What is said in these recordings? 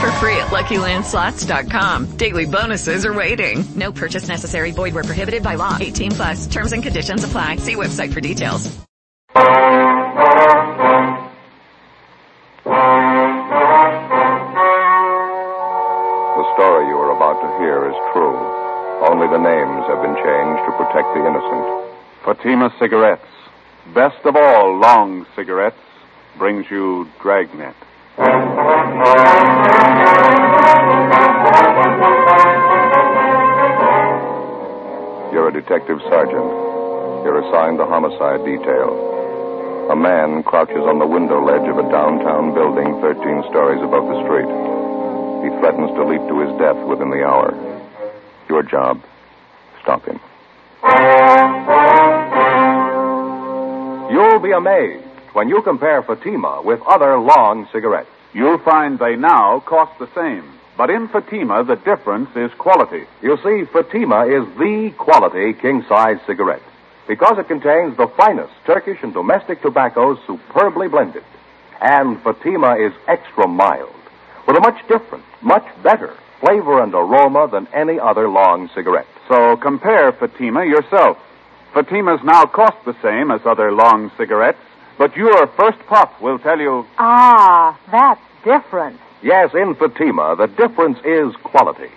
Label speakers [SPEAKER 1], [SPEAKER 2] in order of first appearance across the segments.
[SPEAKER 1] for free at LuckyLandSlots.com. Daily bonuses are waiting. No purchase necessary. Void where prohibited by law. 18 plus. Terms and conditions apply. See website for details.
[SPEAKER 2] The story you are about to hear is true. Only the names have been changed to protect the innocent. Fatima Cigarettes, best of all long cigarettes, brings you Dragnet. You're a detective sergeant. You're assigned the homicide detail. A man crouches on the window ledge of a downtown building 13 stories above the street. He threatens to leap to his death within the hour. Your job, stop him.
[SPEAKER 3] You'll be amazed when you compare Fatima with other long cigarettes. You'll find they now cost the same. But in Fatima, the difference is quality. You see, Fatima is the quality king size cigarette because it contains the finest Turkish and domestic tobaccos superbly blended. And Fatima is extra mild with a much different, much better flavor and aroma than any other long cigarette. So compare Fatima yourself. Fatimas now cost the same as other long cigarettes, but your first puff will tell you
[SPEAKER 4] Ah, that's different.
[SPEAKER 3] Yes, in Fatima, the difference is quality.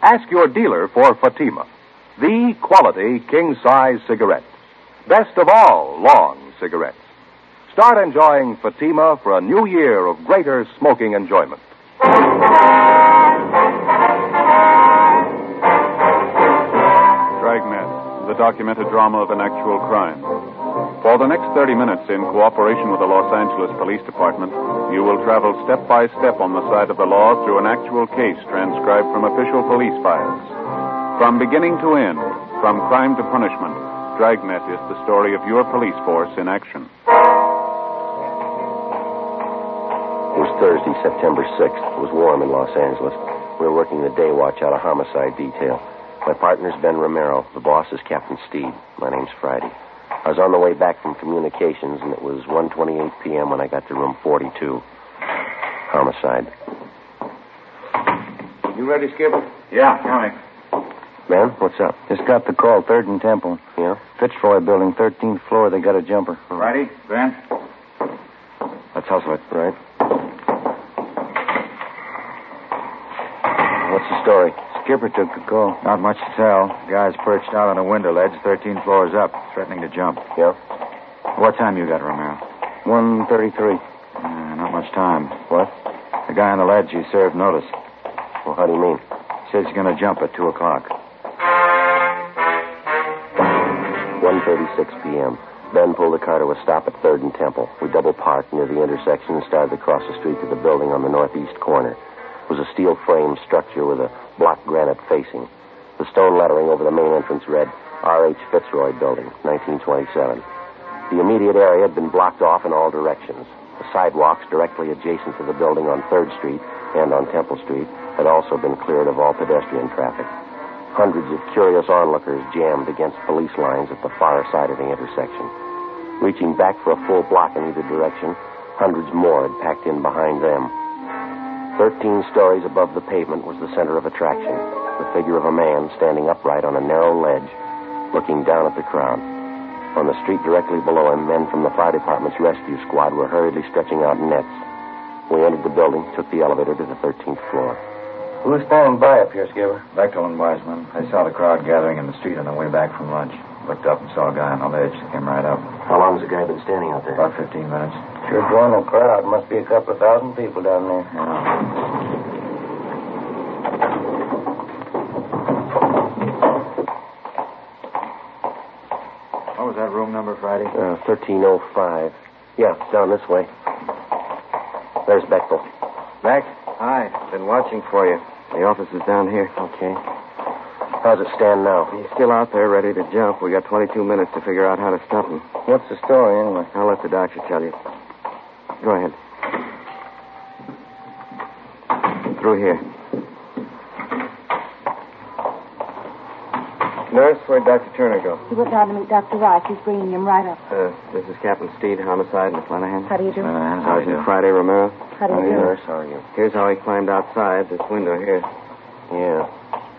[SPEAKER 3] Ask your dealer for Fatima, the quality king size cigarette. Best of all, long cigarettes. Start enjoying Fatima for a new year of greater smoking enjoyment.
[SPEAKER 2] Dragnet, the documented drama of an actual crime. For the next 30 minutes, in cooperation with the Los Angeles Police Department, you will travel step by step on the side of the law through an actual case transcribed from official police files.
[SPEAKER 3] From beginning to end, from crime to punishment, Dragnet is the story of your police force in action.
[SPEAKER 5] It was Thursday, September 6th. It was warm in Los Angeles. We were working the day watch out of homicide detail. My partner's Ben Romero. The boss is Captain Steed. My name's Friday. I was on the way back from communications, and it was 1.28 p.m. when I got to room 42. Homicide.
[SPEAKER 6] You ready, Skipper?
[SPEAKER 5] Yeah, coming. Ben, what's up?
[SPEAKER 6] Just got the call, third and Temple.
[SPEAKER 5] Yeah?
[SPEAKER 6] Fitzroy building, 13th floor, they got a jumper.
[SPEAKER 7] Friday, Ben.
[SPEAKER 5] Let's hustle it. Right. What's the story?
[SPEAKER 6] Skipper took the call. Not much to tell. Guy's perched out on a window ledge, 13 floors up, threatening to jump.
[SPEAKER 5] Yeah?
[SPEAKER 6] What time you got, Romero?
[SPEAKER 5] 133.
[SPEAKER 6] Uh, not much time.
[SPEAKER 5] What?
[SPEAKER 6] The guy on the ledge, he served notice.
[SPEAKER 5] Well, how do you mean?
[SPEAKER 6] Says he's going to jump at 2 o'clock.
[SPEAKER 5] 1.36 p.m. Ben pulled the car to a stop at 3rd and Temple. We double parked near the intersection and started across the street to the building on the northeast corner. It was a steel frame structure with a block granite facing. The stone lettering over the main entrance read R.H. Fitzroy Building, 1927. The immediate area had been blocked off in all directions. The sidewalks directly adjacent to the building on 3rd Street and on Temple Street had also been cleared of all pedestrian traffic. Hundreds of curious onlookers jammed against police lines at the far side of the intersection. Reaching back for a full block in either direction, hundreds more had packed in behind them. Thirteen stories above the pavement was the center of attraction, the figure of a man standing upright on a narrow ledge, looking down at the crowd. On the street directly below him, men from the fire department's rescue squad were hurriedly stretching out nets. We entered the building, took the elevator to the 13th floor.
[SPEAKER 6] Who's standing by up here, Skipper? Bechtel and Wiseman. They saw the crowd gathering in the street on the way back from lunch. Looked up and saw a guy on the ledge. Came right up.
[SPEAKER 5] the guy been standing out there?
[SPEAKER 6] About 15 minutes.
[SPEAKER 8] Sure drawing a crowd. Must be a couple of thousand people down there.
[SPEAKER 6] What was that room number, Friday?
[SPEAKER 5] Uh, 1305. Yeah, down this way. There's Bechtel.
[SPEAKER 6] Mac? Hi. Been watching for you. The office is down here.
[SPEAKER 5] Okay. How's it stand now?
[SPEAKER 6] He's still out there ready to jump. We got 22 minutes to figure out how to stop him.
[SPEAKER 8] What's the story, anyway?
[SPEAKER 6] I'll let the doctor tell you. Go ahead. Through here. Nurse, where'd Dr. Turner go?
[SPEAKER 4] He went down to meet Dr. Rice. He's bringing him right up.
[SPEAKER 6] Uh, this is Captain Steed, homicide, Uh, McClanahan.
[SPEAKER 4] How do you do?
[SPEAKER 6] Sergeant Friday Romero.
[SPEAKER 4] How do you do?
[SPEAKER 5] Nurse, how are you?
[SPEAKER 6] Here's how he climbed outside this window here.
[SPEAKER 5] Yeah.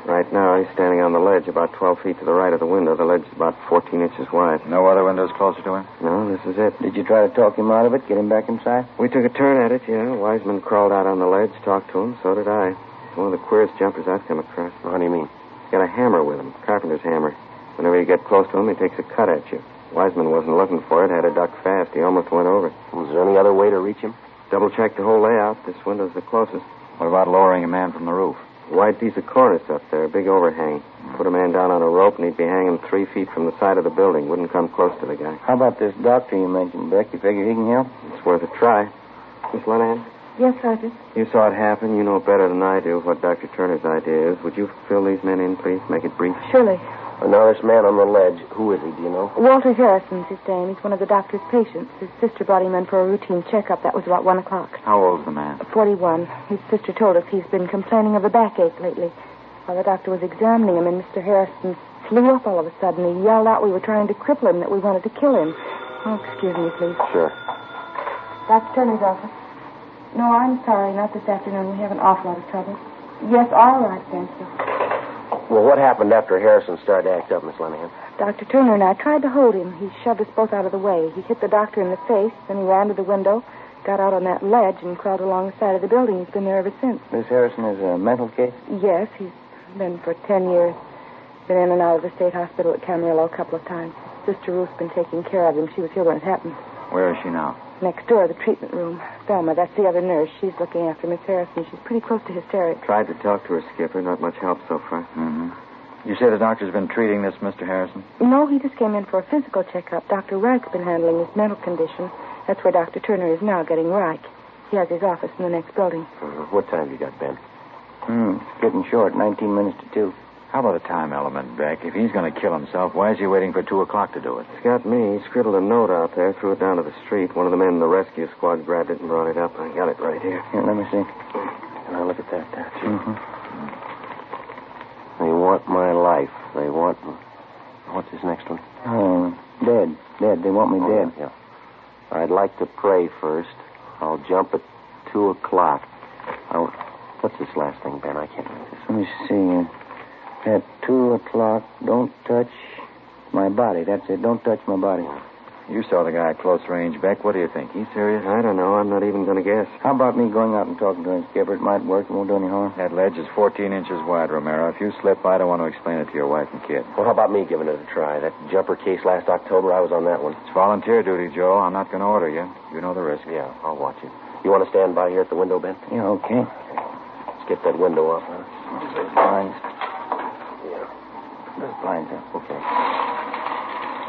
[SPEAKER 6] Right now, he's standing on the ledge about 12 feet to the right of the window. The ledge's about 14 inches wide.
[SPEAKER 8] No other windows closer to him?
[SPEAKER 6] No, this is it.
[SPEAKER 8] Did you try to talk him out of it, get him back inside?
[SPEAKER 6] We took a turn at it, yeah. Wiseman crawled out on the ledge, talked to him. So did I. It's one of the queerest jumpers I've come across.
[SPEAKER 5] How do you mean?
[SPEAKER 6] He's got a hammer with him, carpenter's hammer. Whenever you get close to him, he takes a cut at you. Wiseman wasn't looking for it, had to duck fast. He almost went over.
[SPEAKER 5] Was there any other way to reach him?
[SPEAKER 6] Double checked the whole layout. This window's the closest.
[SPEAKER 8] What about lowering a man from the roof?
[SPEAKER 6] Wide piece of cornice up there, a big overhang. Put a man down on a rope, and he'd be hanging three feet from the side of the building. Wouldn't come close to the guy.
[SPEAKER 8] How about this doctor you mentioned, Beck? You figure he can help?
[SPEAKER 6] It's worth a try. Miss Lenahan,
[SPEAKER 4] Yes, Sergeant.
[SPEAKER 6] you saw it happen. You know better than I do what Dr. Turner's idea is. Would you fill these men in, please? Make it brief.
[SPEAKER 4] Surely.
[SPEAKER 5] Uh, now, this man on the ledge, who is he, do you know?
[SPEAKER 4] Walter Harrison's his name. He's one of the doctor's patients. His sister brought him in for a routine checkup. That was about 1 o'clock.
[SPEAKER 6] How old's the man?
[SPEAKER 4] 41. His sister told us he's been complaining of a backache lately. While the doctor was examining him, and Mr. Harrison flew up all of a sudden. He yelled out we were trying to cripple him, that we wanted to kill him. Oh, excuse me, please.
[SPEAKER 5] Sure.
[SPEAKER 4] Dr. Turner's office. No, I'm sorry, not this afternoon. We have an awful lot of trouble. Yes, all right, thank you.
[SPEAKER 5] Well, what happened after Harrison started to act up, Miss Lenahan?
[SPEAKER 4] Dr. Turner and I tried to hold him. He shoved us both out of the way. He hit the doctor in the face, then he ran to the window, got out on that ledge, and crawled along the side of the building. He's been there ever since.
[SPEAKER 8] This Harrison is a mental case?
[SPEAKER 4] Yes, he's been for ten years. Been in and out of the state hospital at Camarillo a couple of times. Sister Ruth's been taking care of him. She was here when it happened.
[SPEAKER 6] Where is she now?
[SPEAKER 4] Next door, the treatment room. Thelma, that's the other nurse. She's looking after Miss Harrison. She's pretty close to hysteric.
[SPEAKER 6] Tried to talk to her, Skipper. Not much help so far.
[SPEAKER 8] Mm-hmm. You say the doctor's been treating this Mr. Harrison?
[SPEAKER 4] No, he just came in for a physical checkup. Dr. Reich's been handling his mental condition. That's where Dr. Turner is now, getting Reich. He has his office in the next building.
[SPEAKER 5] Uh, what time you got, Ben?
[SPEAKER 8] Hmm, it's getting short. 19 minutes to 2.
[SPEAKER 6] How about a time element, Beck? If he's going to kill himself, why is he waiting for 2 o'clock to do it? It's got me. He scribbled a note out there, threw it down to the street. One of the men in the rescue squad grabbed it and brought it up. I got it right here.
[SPEAKER 8] Here, let me see.
[SPEAKER 5] Now, look at that. That's it.
[SPEAKER 8] Mm-hmm.
[SPEAKER 5] They want my life. They want. What's this next one?
[SPEAKER 8] Oh,
[SPEAKER 6] Uh,
[SPEAKER 8] dead. Dead. They want me
[SPEAKER 5] Oh,
[SPEAKER 8] dead.
[SPEAKER 5] Yeah. I'd like to pray first. I'll jump at two o'clock. I'll... What's this last thing, Ben? I can't read this.
[SPEAKER 8] Let me see. At 2 o'clock, don't touch my body. That's it. Don't touch my body.
[SPEAKER 6] You saw the guy at close range, Beck. What do you think? He's serious? I don't know. I'm not even going to guess.
[SPEAKER 8] How about me going out and talking to him, Skipper? It might work. It won't do any harm.
[SPEAKER 6] That ledge is 14 inches wide, Romero. If you slip, I don't want to explain it to your wife and kid.
[SPEAKER 5] Well, how about me giving it a try? That jumper case last October, I was on that one.
[SPEAKER 6] It's volunteer duty, Joe. I'm not going to order you. You know the risk.
[SPEAKER 5] Yeah, I'll watch it. You want to stand by here at the window, Ben?
[SPEAKER 8] Yeah, okay.
[SPEAKER 5] Let's get that window off, huh?
[SPEAKER 8] Blinds.
[SPEAKER 5] Yeah.
[SPEAKER 8] Those blinds up.
[SPEAKER 5] Okay.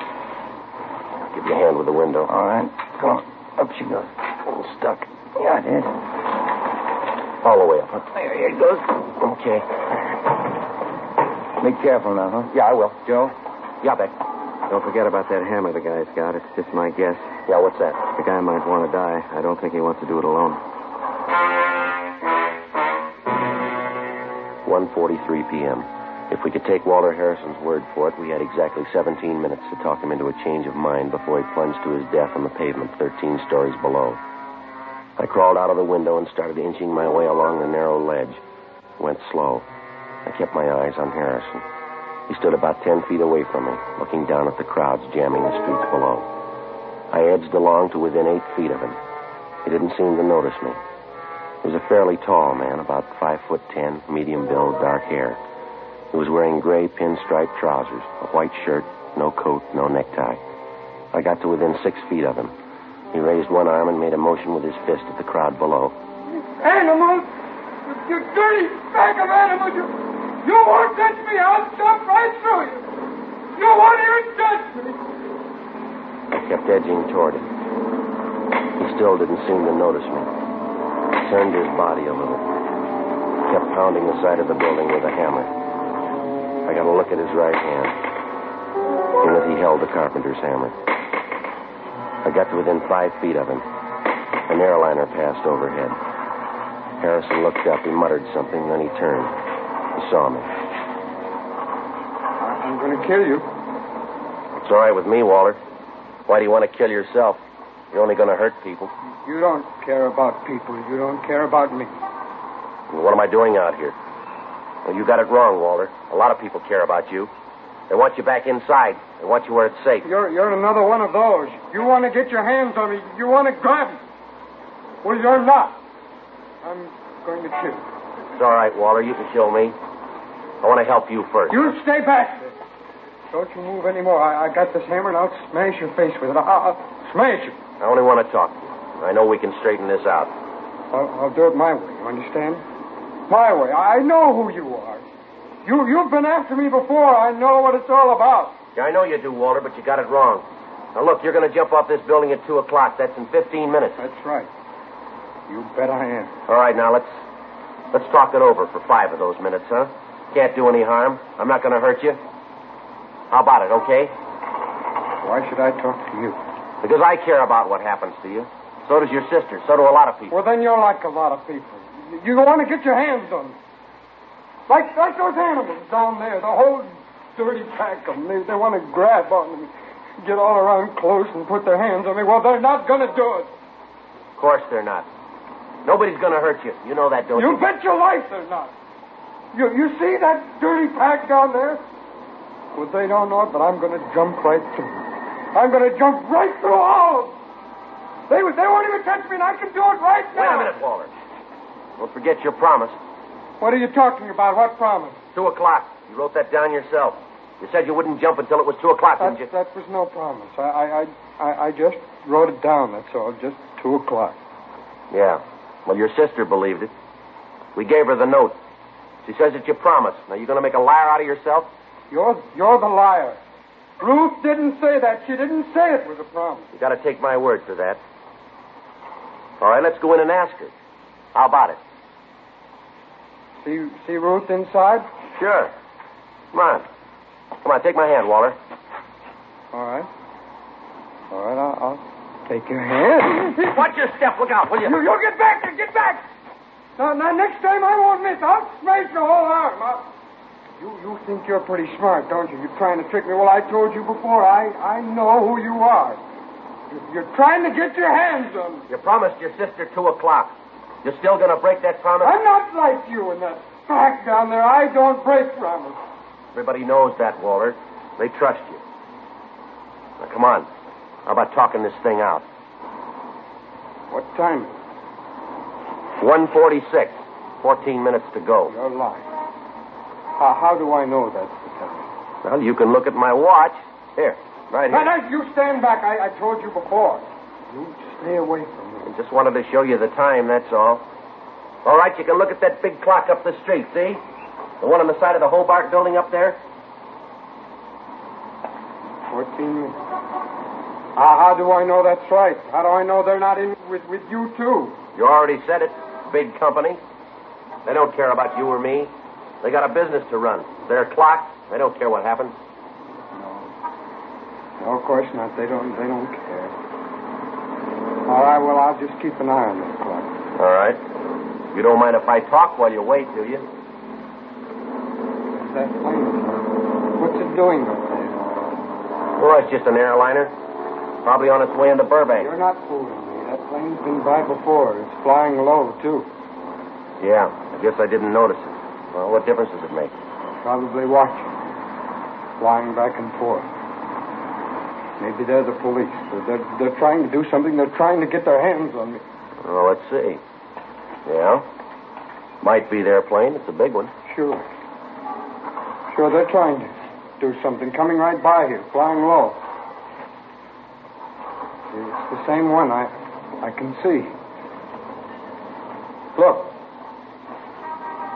[SPEAKER 5] I'll give you a hand with the window.
[SPEAKER 8] All right. Come on. Up she goes.
[SPEAKER 5] I'm stuck.
[SPEAKER 8] Yeah, it is.
[SPEAKER 5] All the way up, huh? There, here it goes. Okay.
[SPEAKER 8] Be careful now, huh?
[SPEAKER 5] Yeah, I will.
[SPEAKER 6] Joe?
[SPEAKER 5] Yeah, Beck.
[SPEAKER 6] Don't forget about that hammer the guy's got. It's just my guess.
[SPEAKER 5] Yeah, what's that?
[SPEAKER 6] The guy might want to die. I don't think he wants to do it alone.
[SPEAKER 5] 1.43 p.m. If we could take Walter Harrison's word for it, we had exactly 17 minutes to talk him into a change of mind before he plunged to his death on the pavement 13 stories below. I crawled out of the window and started inching my way along the narrow ledge. Went slow. I kept my eyes on Harrison. He stood about 10 feet away from me, looking down at the crowds jamming the streets below. I edged along to within eight feet of him. He didn't seem to notice me. He was a fairly tall man, about five foot ten, medium build, dark hair. He was wearing gray pinstripe trousers, a white shirt, no coat, no necktie.
[SPEAKER 9] I got to within six feet of him. He raised one arm and made a motion with his fist at the crowd below.
[SPEAKER 10] Animals! You, you dirty bag of animals! You, you won't touch me! I'll jump right through you! You won't even touch me!
[SPEAKER 9] I kept edging toward him. He still didn't seem to notice me. Turned his body a little. Kept pounding the side of the building with a hammer. I got a look at his right hand. In that he held the carpenter's hammer. I got to within five feet of him. An airliner passed overhead. Harrison looked up. He muttered something, then he turned. He saw me.
[SPEAKER 10] I'm going to kill you.
[SPEAKER 9] It's all right with me, Waller. Why do you want to kill yourself? You're only going to hurt people.
[SPEAKER 10] You don't care about people. You don't care about me.
[SPEAKER 9] And What am I doing out here? Well, you got it wrong, Walter. A lot of people care about you. They want you back inside. They want you where it's safe.
[SPEAKER 10] You're, you're another one of those. You want to get your hands on me. You want to grab me. Well, you're not. I'm going to kill you.
[SPEAKER 9] It's all right, Walter. You can kill me. I want to help you first.
[SPEAKER 10] You stay back. Don't you move anymore. I, I got this hammer and I'll smash your face with it. I'll, I'll smash you.
[SPEAKER 9] I only want to talk to you. I know we can straighten this out.
[SPEAKER 10] I'll, I'll do it my way. You understand? My way. I know who you are. You you've been after me before. I know what it's all about.
[SPEAKER 9] Yeah, I know you do, Walter, but you got it wrong. Now, look, you're going to jump off this building at 2 o'clock. That's in 15 minutes.
[SPEAKER 10] That's right. You bet I am.
[SPEAKER 9] All right, now, let's let's talk it over for five of those minutes, huh? Can't do any harm. I'm not going to hurt you. How about it, okay?
[SPEAKER 10] Why should I talk to you?
[SPEAKER 9] Because I care about what happens to you. So does your sister. So do a lot of people.
[SPEAKER 10] Well, then you're like a lot of people. You, you want to get your hands on me. Like, like those animals down there, the whole dirty pack of them. They, they want to grab on me, get all around close and put their hands on me. Well, they're not going to do it.
[SPEAKER 9] Of course they're not. Nobody's going to hurt you. You know that, don't you?
[SPEAKER 10] you bet your life they're not. You, you see that dirty pack down there? Well, they don't know it, but I'm going to jump right through. them. I'm going to jump right through all of them. They, would- they won't even touch me, and I can do it right
[SPEAKER 9] Wait a
[SPEAKER 10] now.
[SPEAKER 9] minute, Walter. Don't forget your promise.
[SPEAKER 10] What are you talking about? What promise?
[SPEAKER 9] Two o'clock. You wrote that down yourself. You said you wouldn't jump until it was two o'clock,
[SPEAKER 10] That,
[SPEAKER 9] didn't you?
[SPEAKER 10] that was no promise. I, I, I- I, I just wrote it down, that's all. Just two o'clock.
[SPEAKER 9] Yeah. Well, your sister believed it. We gave her the note. She says that you promised. Now you going to make a liar out of yourself?
[SPEAKER 10] You're, you're the liar. Ruth didn't say that. She didn't say it was a promise.
[SPEAKER 9] You got to take my word for that. All right, let's go in and ask her. How about it?
[SPEAKER 10] See, see Ruth inside?
[SPEAKER 9] Sure. Come on. Come on, take my hand, Waller.
[SPEAKER 10] All right. All right, I'll, I'll take your hand.
[SPEAKER 9] Watch your step. Look out, will you?
[SPEAKER 10] You, you get back there. Get back. Now, now, next time I won't miss. I'll smash your whole arm. I'll... You, you think you're pretty smart, don't you? You're trying to trick me. Well, I told you before. I, I know who you are. You- You're trying to get your hands on me.
[SPEAKER 9] You promised your sister two o'clock. You're still going to break that promise?
[SPEAKER 10] I'm not like you in that back down there. I don't break promises.
[SPEAKER 9] Everybody knows that, Waller. They trust you. Now, come on. How about talking this thing out?
[SPEAKER 10] What time is
[SPEAKER 9] 146. 14 minutes to go.
[SPEAKER 10] You're lying. How, how do I know that's the time?
[SPEAKER 9] Well, you can look at my watch. Here, right
[SPEAKER 10] Now,
[SPEAKER 9] here.
[SPEAKER 10] now, you stand back. I, I told you before. You stay away from me.
[SPEAKER 9] I just wanted to show you the time, that's all. All right, you can look at that big clock up the street, see? The one on the side of the Hobart building up there?
[SPEAKER 10] Fourteen minutes. How, how do I know that's right? How do I know they're not in with, with you, too?
[SPEAKER 9] You already said it. Big company. They don't care about you or me. They got a business to run. Their clock. They don't care what happens.
[SPEAKER 10] No, of course not. They don't. They don't care. All right. Well, I'll just keep an eye on that clock.
[SPEAKER 9] All right. You don't mind if I talk while you wait, do you?
[SPEAKER 10] That plane. What's it doing up there?
[SPEAKER 9] Well, it's just an airliner. Probably on its way into Burbank.
[SPEAKER 10] You're not fooling me. That plane's been by before. It's flying low too.
[SPEAKER 9] Yeah, I guess I didn't notice it. Well, what difference does it make?
[SPEAKER 10] Probably watching. Flying back and forth. Maybe they're the police. They're, they're, they're trying to do something. They're trying to get their hands on me.
[SPEAKER 9] Well, let's see. Yeah. Might be their plane. It's a big one.
[SPEAKER 10] Sure. Sure, they're trying to do something. Coming right by here, flying low. It's the same one. I, I can see. Look.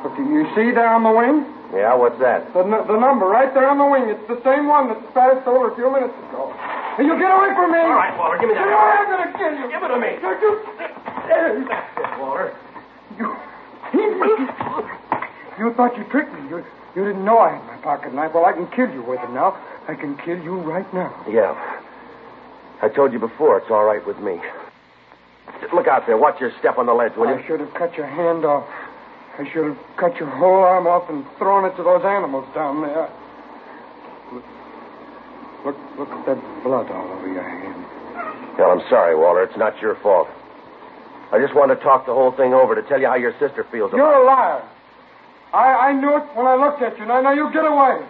[SPEAKER 10] Look, do you see there on the wing?
[SPEAKER 9] Yeah, what's that?
[SPEAKER 10] The, nu- the number right there on the wing. It's the same one that passed over a few minutes ago. Hey, you get away from me!
[SPEAKER 8] All right, Walter, give me that.
[SPEAKER 10] Get away, I'm gonna kill you!
[SPEAKER 8] Give it to me.
[SPEAKER 10] Don't you...
[SPEAKER 8] Walter.
[SPEAKER 10] You thought you tricked me. You, you didn't know I had my pocket knife. Well, I can kill you with it now. I can kill you right now.
[SPEAKER 9] Yeah. I told you before, it's all right with me. Look out there. Watch your step on the ledge, will you?
[SPEAKER 10] I should have cut your hand off. I should have cut your whole arm off and thrown it to those animals down there. Look, look at that blood all over your hand.
[SPEAKER 9] Well, I'm sorry, Walter. It's not your fault. I just wanted to talk the whole thing over to tell you how your sister feels about
[SPEAKER 10] You're a liar. I, I knew it when I looked at you. Now, now you get away.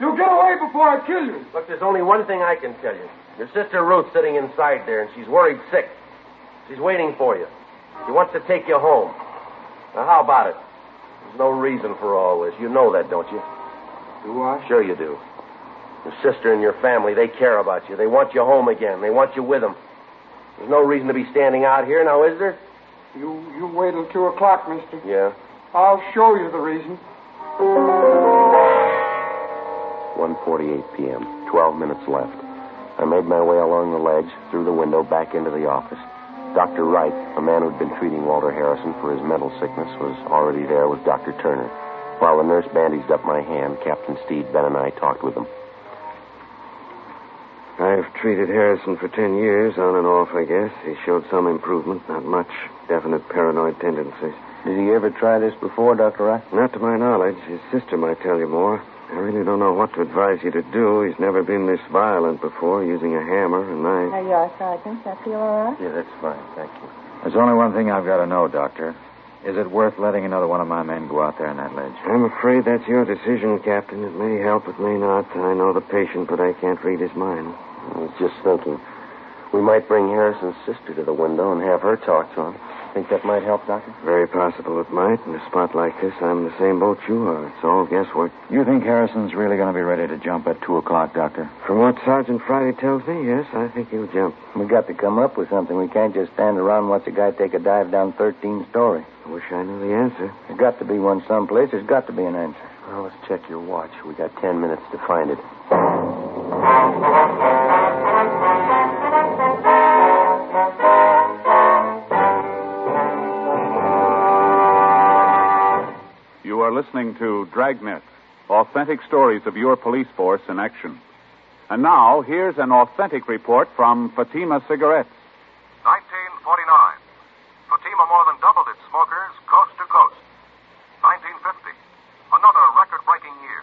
[SPEAKER 10] You get away before I kill you.
[SPEAKER 9] Look, there's only one thing I can tell you. Your sister Ruth's sitting inside there, and she's worried sick. She's waiting for you. She wants to take you home. Now, how about it? There's no reason for all this. You know that, don't you?
[SPEAKER 10] Do I?
[SPEAKER 9] Sure you do. Your sister and your family, they care about you. They want you home again. They want you with them. There's no reason to be standing out here now, is there?
[SPEAKER 10] You, you wait till two o'clock, mister.
[SPEAKER 9] Yeah.
[SPEAKER 10] I'll show you the reason.
[SPEAKER 5] 1.48 p.m., 12 minutes left. I made my way along the ledge, through the window, back into the office. Dr. Wright, a man who'd been treating Walter Harrison for his mental sickness, was already there with Dr. Turner. While the nurse bandaged up my hand, Captain Steed, Ben, and I talked with him.
[SPEAKER 9] I've
[SPEAKER 6] treated Harrison for ten years, on and off, I guess.
[SPEAKER 9] He showed some improvement,
[SPEAKER 6] not
[SPEAKER 9] much.
[SPEAKER 6] Definite paranoid tendencies.
[SPEAKER 9] Did he ever try this before, Dr. Wright?
[SPEAKER 6] Not to my knowledge. His sister might tell you more. I really don't know what to advise you to do. He's never been this violent before, using a hammer, a knife.
[SPEAKER 4] How you are, Sergeant? I feel all right?
[SPEAKER 9] Yeah, that's fine. Thank you.
[SPEAKER 11] There's only one thing I've got to know, Doctor. Is it worth letting another one of my men go out there on that ledge?
[SPEAKER 6] I'm afraid that's your decision, Captain. It may help, it may not. I know the patient, but I can't read his mind.
[SPEAKER 5] I was just thinking, we might bring Harrison's sister to the window and have her talk to him. Think that might help, Doctor?
[SPEAKER 6] Very possible it might. In a spot like this, I'm in the same boat you are. It's all guesswork.
[SPEAKER 11] You think Harrison's really going to be ready to jump at 2 o'clock, Doctor?
[SPEAKER 6] From what Sergeant Friday tells me, yes, I think he'll jump.
[SPEAKER 5] We got to come up with something. We can't just stand around and watch a guy take a dive down 13 story.
[SPEAKER 6] I wish I knew the answer.
[SPEAKER 5] There's got to be one someplace. There's got to be an answer. Well, let's check your watch. We got 10 minutes to find it.
[SPEAKER 2] You are listening to Dragnet, authentic stories of your police force in action. And now, here's an authentic report from Fatima Cigarettes.
[SPEAKER 12] 1949. Fatima more than doubled its smokers coast to coast. 1950. Another record breaking year.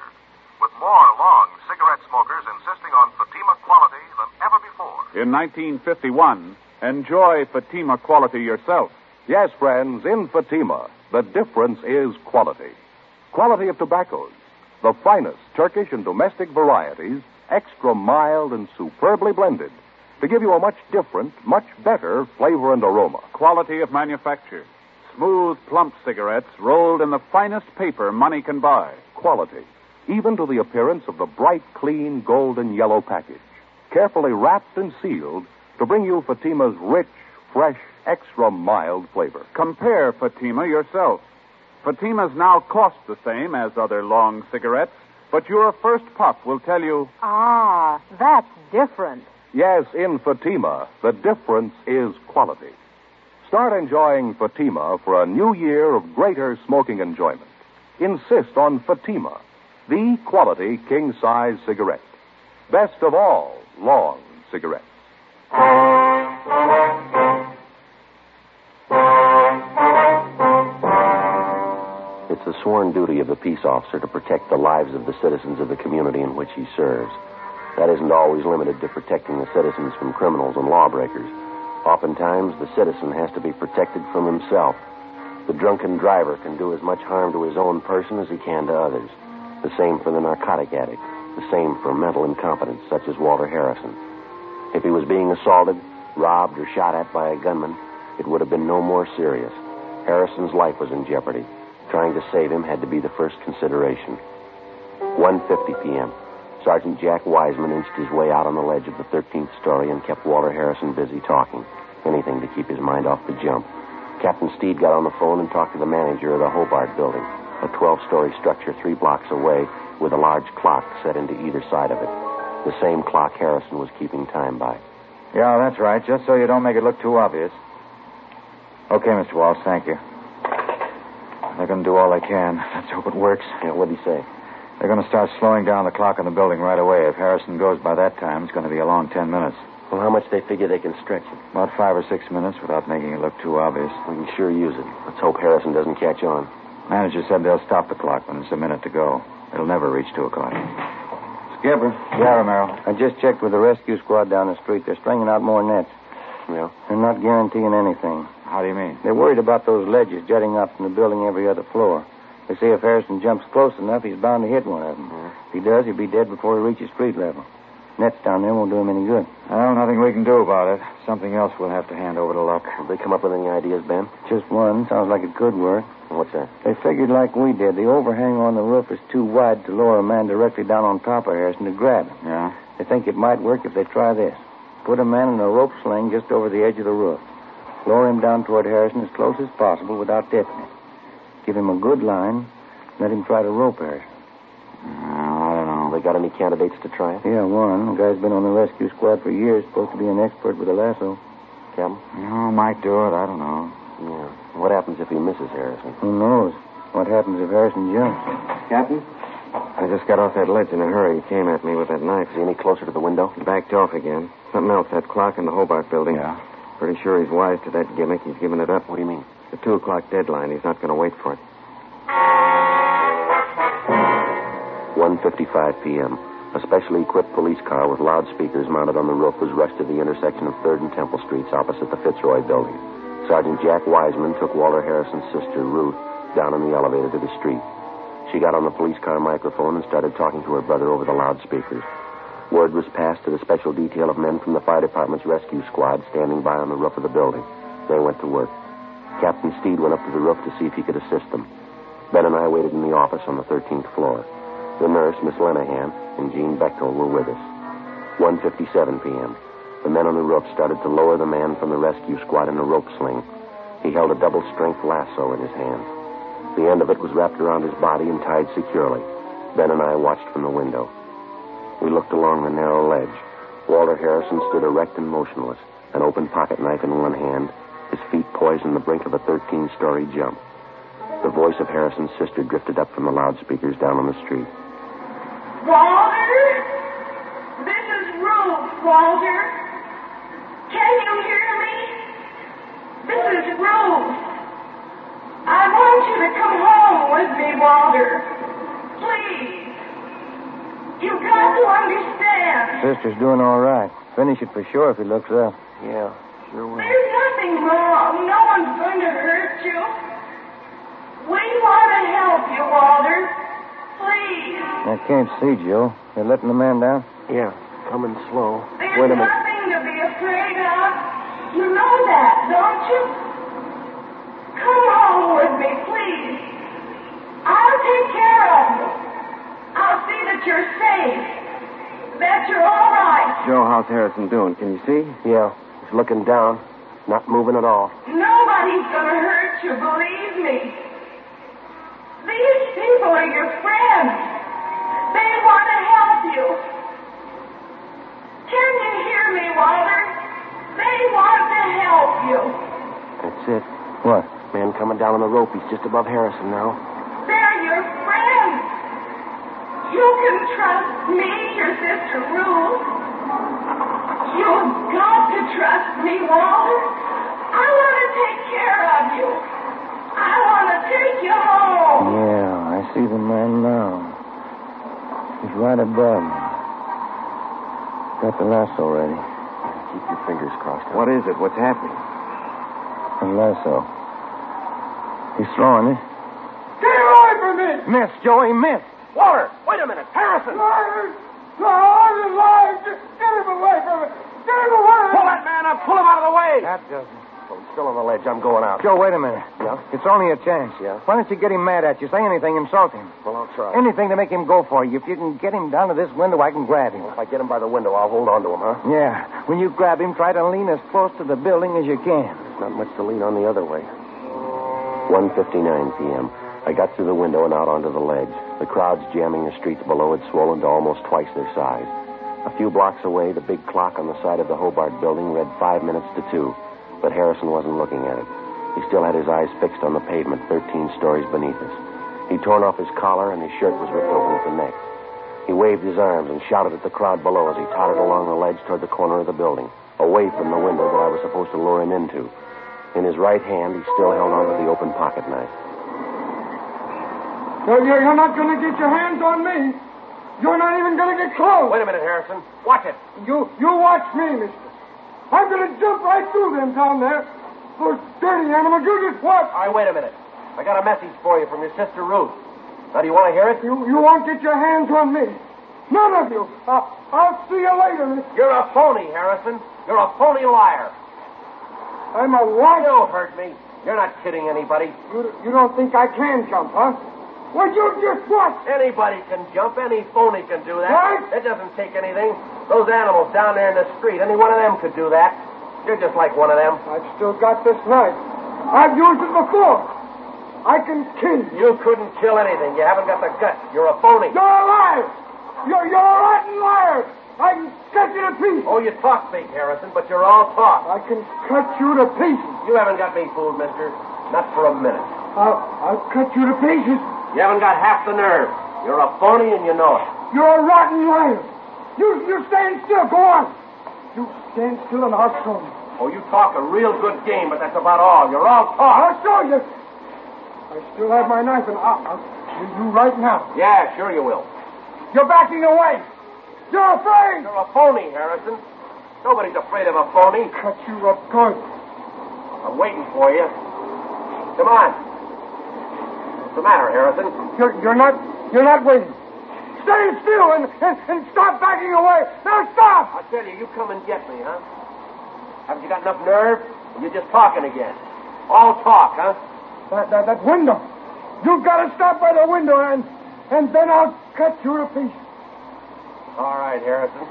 [SPEAKER 12] With more long cigarette smokers insisting on Fatima quality than ever before.
[SPEAKER 2] In 1951, enjoy Fatima quality yourself.
[SPEAKER 3] Yes, friends, in Fatima, the difference is quality. Quality of tobaccos, the finest Turkish and domestic varieties, extra mild and superbly blended to give you a much different, much better flavor and aroma.
[SPEAKER 2] Quality of manufacture. Smooth, plump cigarettes rolled in the finest paper money can buy.
[SPEAKER 3] Quality, even to the appearance of the bright, clean, golden yellow package, carefully wrapped and sealed to bring you Fatima's rich, fresh, extra mild flavor.
[SPEAKER 2] Compare Fatima yourself. Fatima's now cost the same as other long cigarettes, but your first puff will tell you
[SPEAKER 13] Ah, that's different.
[SPEAKER 3] Yes, in Fatima, the difference is quality. Start enjoying Fatima for a new year of greater smoking enjoyment. Insist on Fatima, the quality king size cigarette. Best of all, long cigarettes.
[SPEAKER 5] It's the sworn duty of the peace officer to protect the lives of the citizens of the community in which he serves. That isn't always limited to protecting the citizens from criminals and lawbreakers. Oftentimes, the citizen has to be protected from himself. The drunken driver can do as much harm to his own person as he can to others. The same for the narcotic addict. The same for mental incompetence, such as Walter Harrison. If he was being assaulted, robbed, or shot at by a gunman, it would have been no more serious. Harrison's life was in jeopardy. Trying to save him had to be the first consideration. 1.50 p.m. Sergeant Jack Wiseman inched his way out on the ledge of the 13th story and kept Walter Harrison busy talking. Anything to keep his mind off the jump. Captain Steed got on the phone and talked to the manager of the Hobart building, a 12 story structure three blocks away with a large clock set into either side of it. The same clock Harrison was keeping time by.
[SPEAKER 11] Yeah, that's right, just so you don't make it look too obvious. Okay, Mr. Walsh, thank you. They're going to do all they can. Let's hope it works.
[SPEAKER 5] Yeah, what'd he say?
[SPEAKER 11] They're going to start slowing down the clock in the building right away. If Harrison goes by that time, it's going to be a long ten minutes.
[SPEAKER 5] Well, how much they figure they can stretch it?
[SPEAKER 11] About five or six minutes without making it look too obvious.
[SPEAKER 5] We can sure use it. Let's hope Harrison doesn't catch on.
[SPEAKER 11] Manager said they'll stop the clock when it's a minute to go. It'll never reach two o'clock. Skipper.
[SPEAKER 6] Yeah, Romero. I just checked with the rescue squad down the street. They're stringing out more nets.
[SPEAKER 5] Yeah.
[SPEAKER 6] They're not guaranteeing anything.
[SPEAKER 11] How do you mean?
[SPEAKER 6] They're worried about those ledges jutting up from the building every other floor. They say if Harrison jumps close enough, he's bound to hit one of them.
[SPEAKER 5] Yeah.
[SPEAKER 6] If he does, he'll be dead before he reaches street level. Nets down there won't do him any good.
[SPEAKER 11] Well, nothing we can do about it. Something else we'll have to hand over to luck.
[SPEAKER 5] Have they come up with any ideas, Ben?
[SPEAKER 6] Just one. Sounds like it could work.
[SPEAKER 5] What's that?
[SPEAKER 6] They figured like we did. The overhang on the roof is too wide to lower a man directly down on top of Harrison to grab him.
[SPEAKER 11] Yeah.
[SPEAKER 6] They think it might work if they try this. Put a man in a rope sling just over the edge of the roof. Lower him down toward Harrison as close as possible without tipping him. Give him a good line. Let him try to rope Harrison.
[SPEAKER 5] Mm,
[SPEAKER 11] I don't know.
[SPEAKER 5] They got any candidates to try it?
[SPEAKER 6] Yeah, one. The guy's been on the rescue squad for years, supposed to be an expert with a lasso.
[SPEAKER 5] Captain?
[SPEAKER 11] No, might do it. I don't know.
[SPEAKER 5] Yeah. What happens if he misses Harrison?
[SPEAKER 6] Who knows? What happens if Harrison jumps?
[SPEAKER 11] Captain?
[SPEAKER 6] I just got off that ledge in a hurry. He came at me with that knife.
[SPEAKER 5] Is he any closer to the window?
[SPEAKER 6] Backed off again. Something else, that clock in the Hobart building.
[SPEAKER 11] Yeah.
[SPEAKER 6] Pretty sure he's wise to that gimmick. He's given it up.
[SPEAKER 5] What do you mean?
[SPEAKER 6] The two o'clock deadline. He's not going to wait for it.
[SPEAKER 5] 1.55 p.m. A specially equipped police car with loudspeakers mounted on the roof was rushed to the intersection of 3rd and Temple Streets opposite the Fitzroy building. Sergeant Jack Wiseman took Walter Harrison's sister, Ruth, down in the elevator to the street. She got on the police car microphone and started talking to her brother over the loudspeakers. Word was passed to the special detail of men from the fire department's rescue squad standing by on the roof of the building. They went to work. Captain Steed went up to the roof to see if he could assist them. Ben and I waited in the office on the 13th floor. The nurse, Miss Lenahan, and Jean Bechtel were with us. 1.57 p.m. The men on the roof started to lower the man from the rescue squad in a rope sling. He held a double-strength lasso in his hand. The end of it was wrapped around his body and tied securely. Ben and I watched from the window. We looked along the narrow ledge. Walter Harrison stood erect and motionless, an open pocket knife in one hand, his feet poised on the brink of a 13-story jump. The voice of Harrison's sister drifted up from the loudspeakers down on the street.
[SPEAKER 14] Walter? This is Ruth, Walter. Can you hear me? This is Ruth. I want you to come home with me, Walter. Please. You've got to understand.
[SPEAKER 6] Sister's doing all right. Finish it for sure if he looks up.
[SPEAKER 5] Yeah, sure
[SPEAKER 14] There's nothing wrong. No one's going to hurt you. We want to help you, Walter. Please.
[SPEAKER 6] I can't see, Joe. They're letting the man down.
[SPEAKER 5] Yeah, coming slow.
[SPEAKER 14] There's nothing to be afraid of. You know that, don't you? Come home with me, please. I'll take care of you. I'll see that you're safe. That you're all right.
[SPEAKER 6] Joe, how's Harrison doing? Can you see?
[SPEAKER 5] Yeah, he's looking down, not moving at all.
[SPEAKER 14] Nobody's gonna hurt you, believe me. These people are your friends. They want to help you. Can you hear me, Walter? They want to help you.
[SPEAKER 5] That's it.
[SPEAKER 6] What?
[SPEAKER 5] Man coming down on the rope. He's just above Harrison now.
[SPEAKER 14] They're your friends. You can trust me, your sister Ruth. You've got to trust me, Walter. I want to take care of you. I want to take you home.
[SPEAKER 6] Yeah, I see the man now. He's right above. me. Got the lasso ready.
[SPEAKER 5] Keep your fingers crossed.
[SPEAKER 6] What is it? What's happening? The lasso. He's throwing it.
[SPEAKER 10] Get away from me!
[SPEAKER 6] Miss, Joey, miss.
[SPEAKER 9] Walter, wait a minute. Harrison!
[SPEAKER 10] Liars! Liars and liars! Just get him away from me! Get him away!
[SPEAKER 9] Pull that man up. Pull him out of the way.
[SPEAKER 6] That doesn't.
[SPEAKER 9] I'm still on the ledge. I'm going out.
[SPEAKER 6] Joe, wait a minute.
[SPEAKER 9] Yeah?
[SPEAKER 6] It's only a chance.
[SPEAKER 9] Yeah?
[SPEAKER 6] Why don't you get him mad at you? Say anything, insult him.
[SPEAKER 9] Well, I'll try.
[SPEAKER 6] Anything to make him go for you. If you can get him down to this window, I can grab him.
[SPEAKER 9] If I get him by the window, I'll hold on to him, huh?
[SPEAKER 6] Yeah. When you grab him, try to lean as close to the building as you can.
[SPEAKER 9] There's not much to lean on the other way.
[SPEAKER 5] 1.59 p.m. I got through the window and out onto the ledge. The crowds jamming the streets below had swollen to almost twice their size. A few blocks away, the big clock on the side of the Hobart building read five minutes to two, but Harrison wasn't looking at it. He still had his eyes fixed on the pavement 13 stories beneath us. He'd torn off his collar and his shirt was ripped open at the neck. He waved his arms and shouted at the crowd below as he tottered along the ledge toward the corner of the building, away from the window that I was supposed to lure him into. In his right hand, he still held on to the open pocket knife.
[SPEAKER 8] You're, you're you're not going to get your hands on me. You're not even going to get close.
[SPEAKER 9] Wait a minute, Harrison. Watch it.
[SPEAKER 8] You you watch me, mister. I'm going to jump right through them down there. Those dirty animals. You just watch.
[SPEAKER 9] All right, wait a minute. I got a message for you from your sister Ruth. Now, do you want to hear it?
[SPEAKER 8] You, you won't get your hands on me. None of you. I, I'll see you later, mister.
[SPEAKER 9] You're a phony, Harrison. You're a phony liar.
[SPEAKER 8] I'm a liar.
[SPEAKER 9] You hurt me. You're not kidding anybody.
[SPEAKER 8] You, you don't think I can jump, huh? Well, you just watch.
[SPEAKER 9] Anybody can jump. Any phony can do that.
[SPEAKER 8] Right?
[SPEAKER 9] It doesn't take anything. Those animals down there in the street, any one of them could do that. You're just like one of them.
[SPEAKER 8] I've still got this knife. I've used it before. I can kill you.
[SPEAKER 9] You couldn't kill anything. You haven't got the guts. You're a phony.
[SPEAKER 8] You're a liar. You're, you're a rotten liar. I can cut you to pieces.
[SPEAKER 9] Oh, you talk big, Harrison, but you're all talk.
[SPEAKER 8] I can cut you to pieces.
[SPEAKER 9] You haven't got me fooled, mister. Not for a minute.
[SPEAKER 8] I'll, I'll cut you to pieces.
[SPEAKER 9] You haven't got half the nerve. You're a phony and you know it.
[SPEAKER 8] You're a rotten liar. You, you stand still. Go on. You stand still and I'll show you.
[SPEAKER 9] Oh, you talk a real good game, but that's about all. You're all talk.
[SPEAKER 8] I'll show you. I still have my knife and I'll, I'll kill you right now.
[SPEAKER 9] Yeah, sure you will.
[SPEAKER 8] You're backing away. You're afraid.
[SPEAKER 9] You're a phony, Harrison. Nobody's afraid of a phony.
[SPEAKER 8] Cut you up good.
[SPEAKER 9] I'm waiting for you. Come on. What's the matter, Harrison?
[SPEAKER 8] You're, you're not. You're not waiting. Stand still and, and, and stop backing away. Now stop.
[SPEAKER 9] I tell you, you come and get me, huh? Haven't you got enough nerve? You're just talking again. All talk, huh?
[SPEAKER 8] That, that, that window. You've got to stop by the window and and then I'll cut you to pieces.
[SPEAKER 9] All right, Harrison.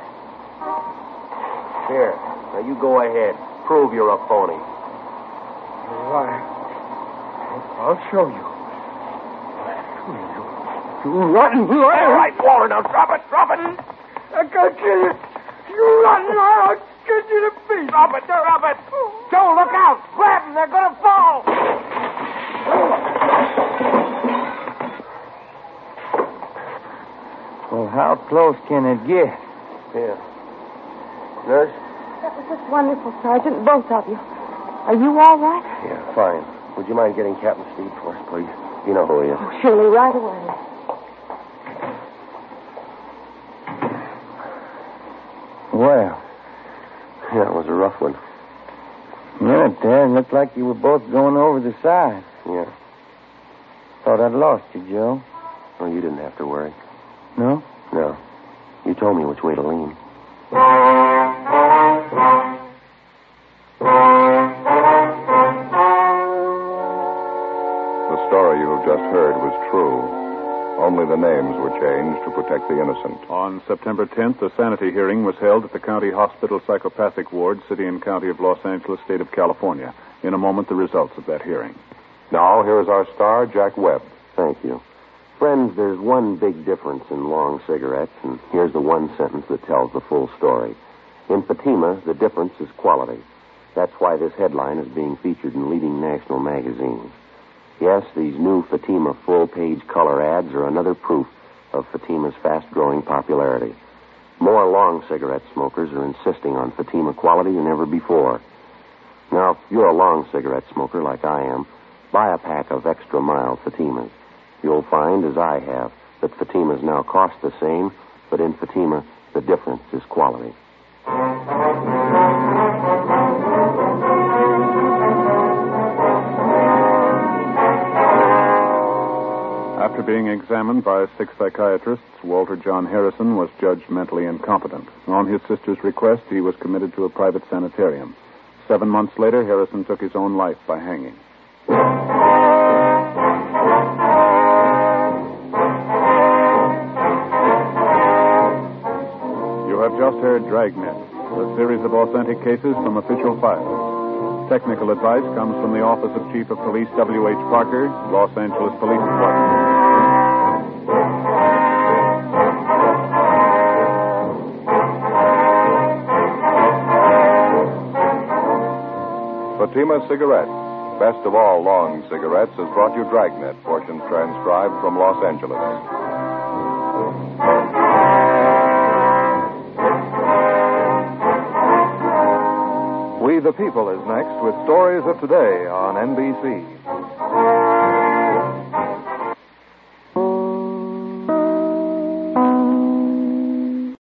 [SPEAKER 9] Here. Now you go ahead. Prove you're a phony.
[SPEAKER 8] All right. I'll show you. You, you rotten liar.
[SPEAKER 9] All right, Waller, now drop it, drop it.
[SPEAKER 8] I gotta kill you. You rotten liar. I'll cut you to pieces.
[SPEAKER 9] Drop it, drop it.
[SPEAKER 8] Joe, look out. Grab them. They're gonna fall.
[SPEAKER 6] Well, how close can it get?
[SPEAKER 9] Here. Nurse?
[SPEAKER 4] That was just wonderful, Sergeant, both of you. Are you all right?
[SPEAKER 5] Yeah, fine. Would you mind getting Captain Speed for us, please? You know who he is.
[SPEAKER 4] Oh, surely, right away.
[SPEAKER 6] Well,
[SPEAKER 5] yeah, it was a rough one.
[SPEAKER 6] Yeah, Dan, looked like you were both going over the side.
[SPEAKER 5] Yeah.
[SPEAKER 6] Thought I'd lost you, Joe.
[SPEAKER 5] Well, you didn't have to worry.
[SPEAKER 6] No?
[SPEAKER 5] No. You told me which way to lean.
[SPEAKER 15] The story you have just heard was true. Only the names were changed to protect the innocent.
[SPEAKER 2] On September 10th, a sanity hearing was held at the County Hospital Psychopathic Ward, City and County of Los Angeles, State of California. In a moment, the results of that hearing.
[SPEAKER 15] Now, here is our star, Jack Webb.
[SPEAKER 5] Thank you. Friends, there's one big difference in long cigarettes, and here's the one sentence that tells the full story. In Fatima, the difference is quality. That's why this headline is being featured in leading national magazines. Yes, these new Fatima full page color ads are another proof of Fatima's fast growing popularity. More long cigarette smokers are insisting on Fatima quality than ever before. Now, if you're a long cigarette smoker like I am, buy a pack of extra mild Fatimas. You'll find, as I have, that Fatima's now cost the same, but in Fatima, the difference is quality.
[SPEAKER 2] After being examined by six psychiatrists, Walter John Harrison was judged mentally incompetent. On his sister's request, he was committed to a private sanitarium. Seven months later, Harrison took his own life by hanging. You have just heard Dragnet, a series of authentic cases from official files. Technical advice comes from the Office of Chief of Police W.H. Parker, Los Angeles Police Department.
[SPEAKER 15] Fatima Cigarettes, best of all long cigarettes, has brought you Dragnet, portions transcribed from Los Angeles.
[SPEAKER 10] We the People is next with stories of today on NBC.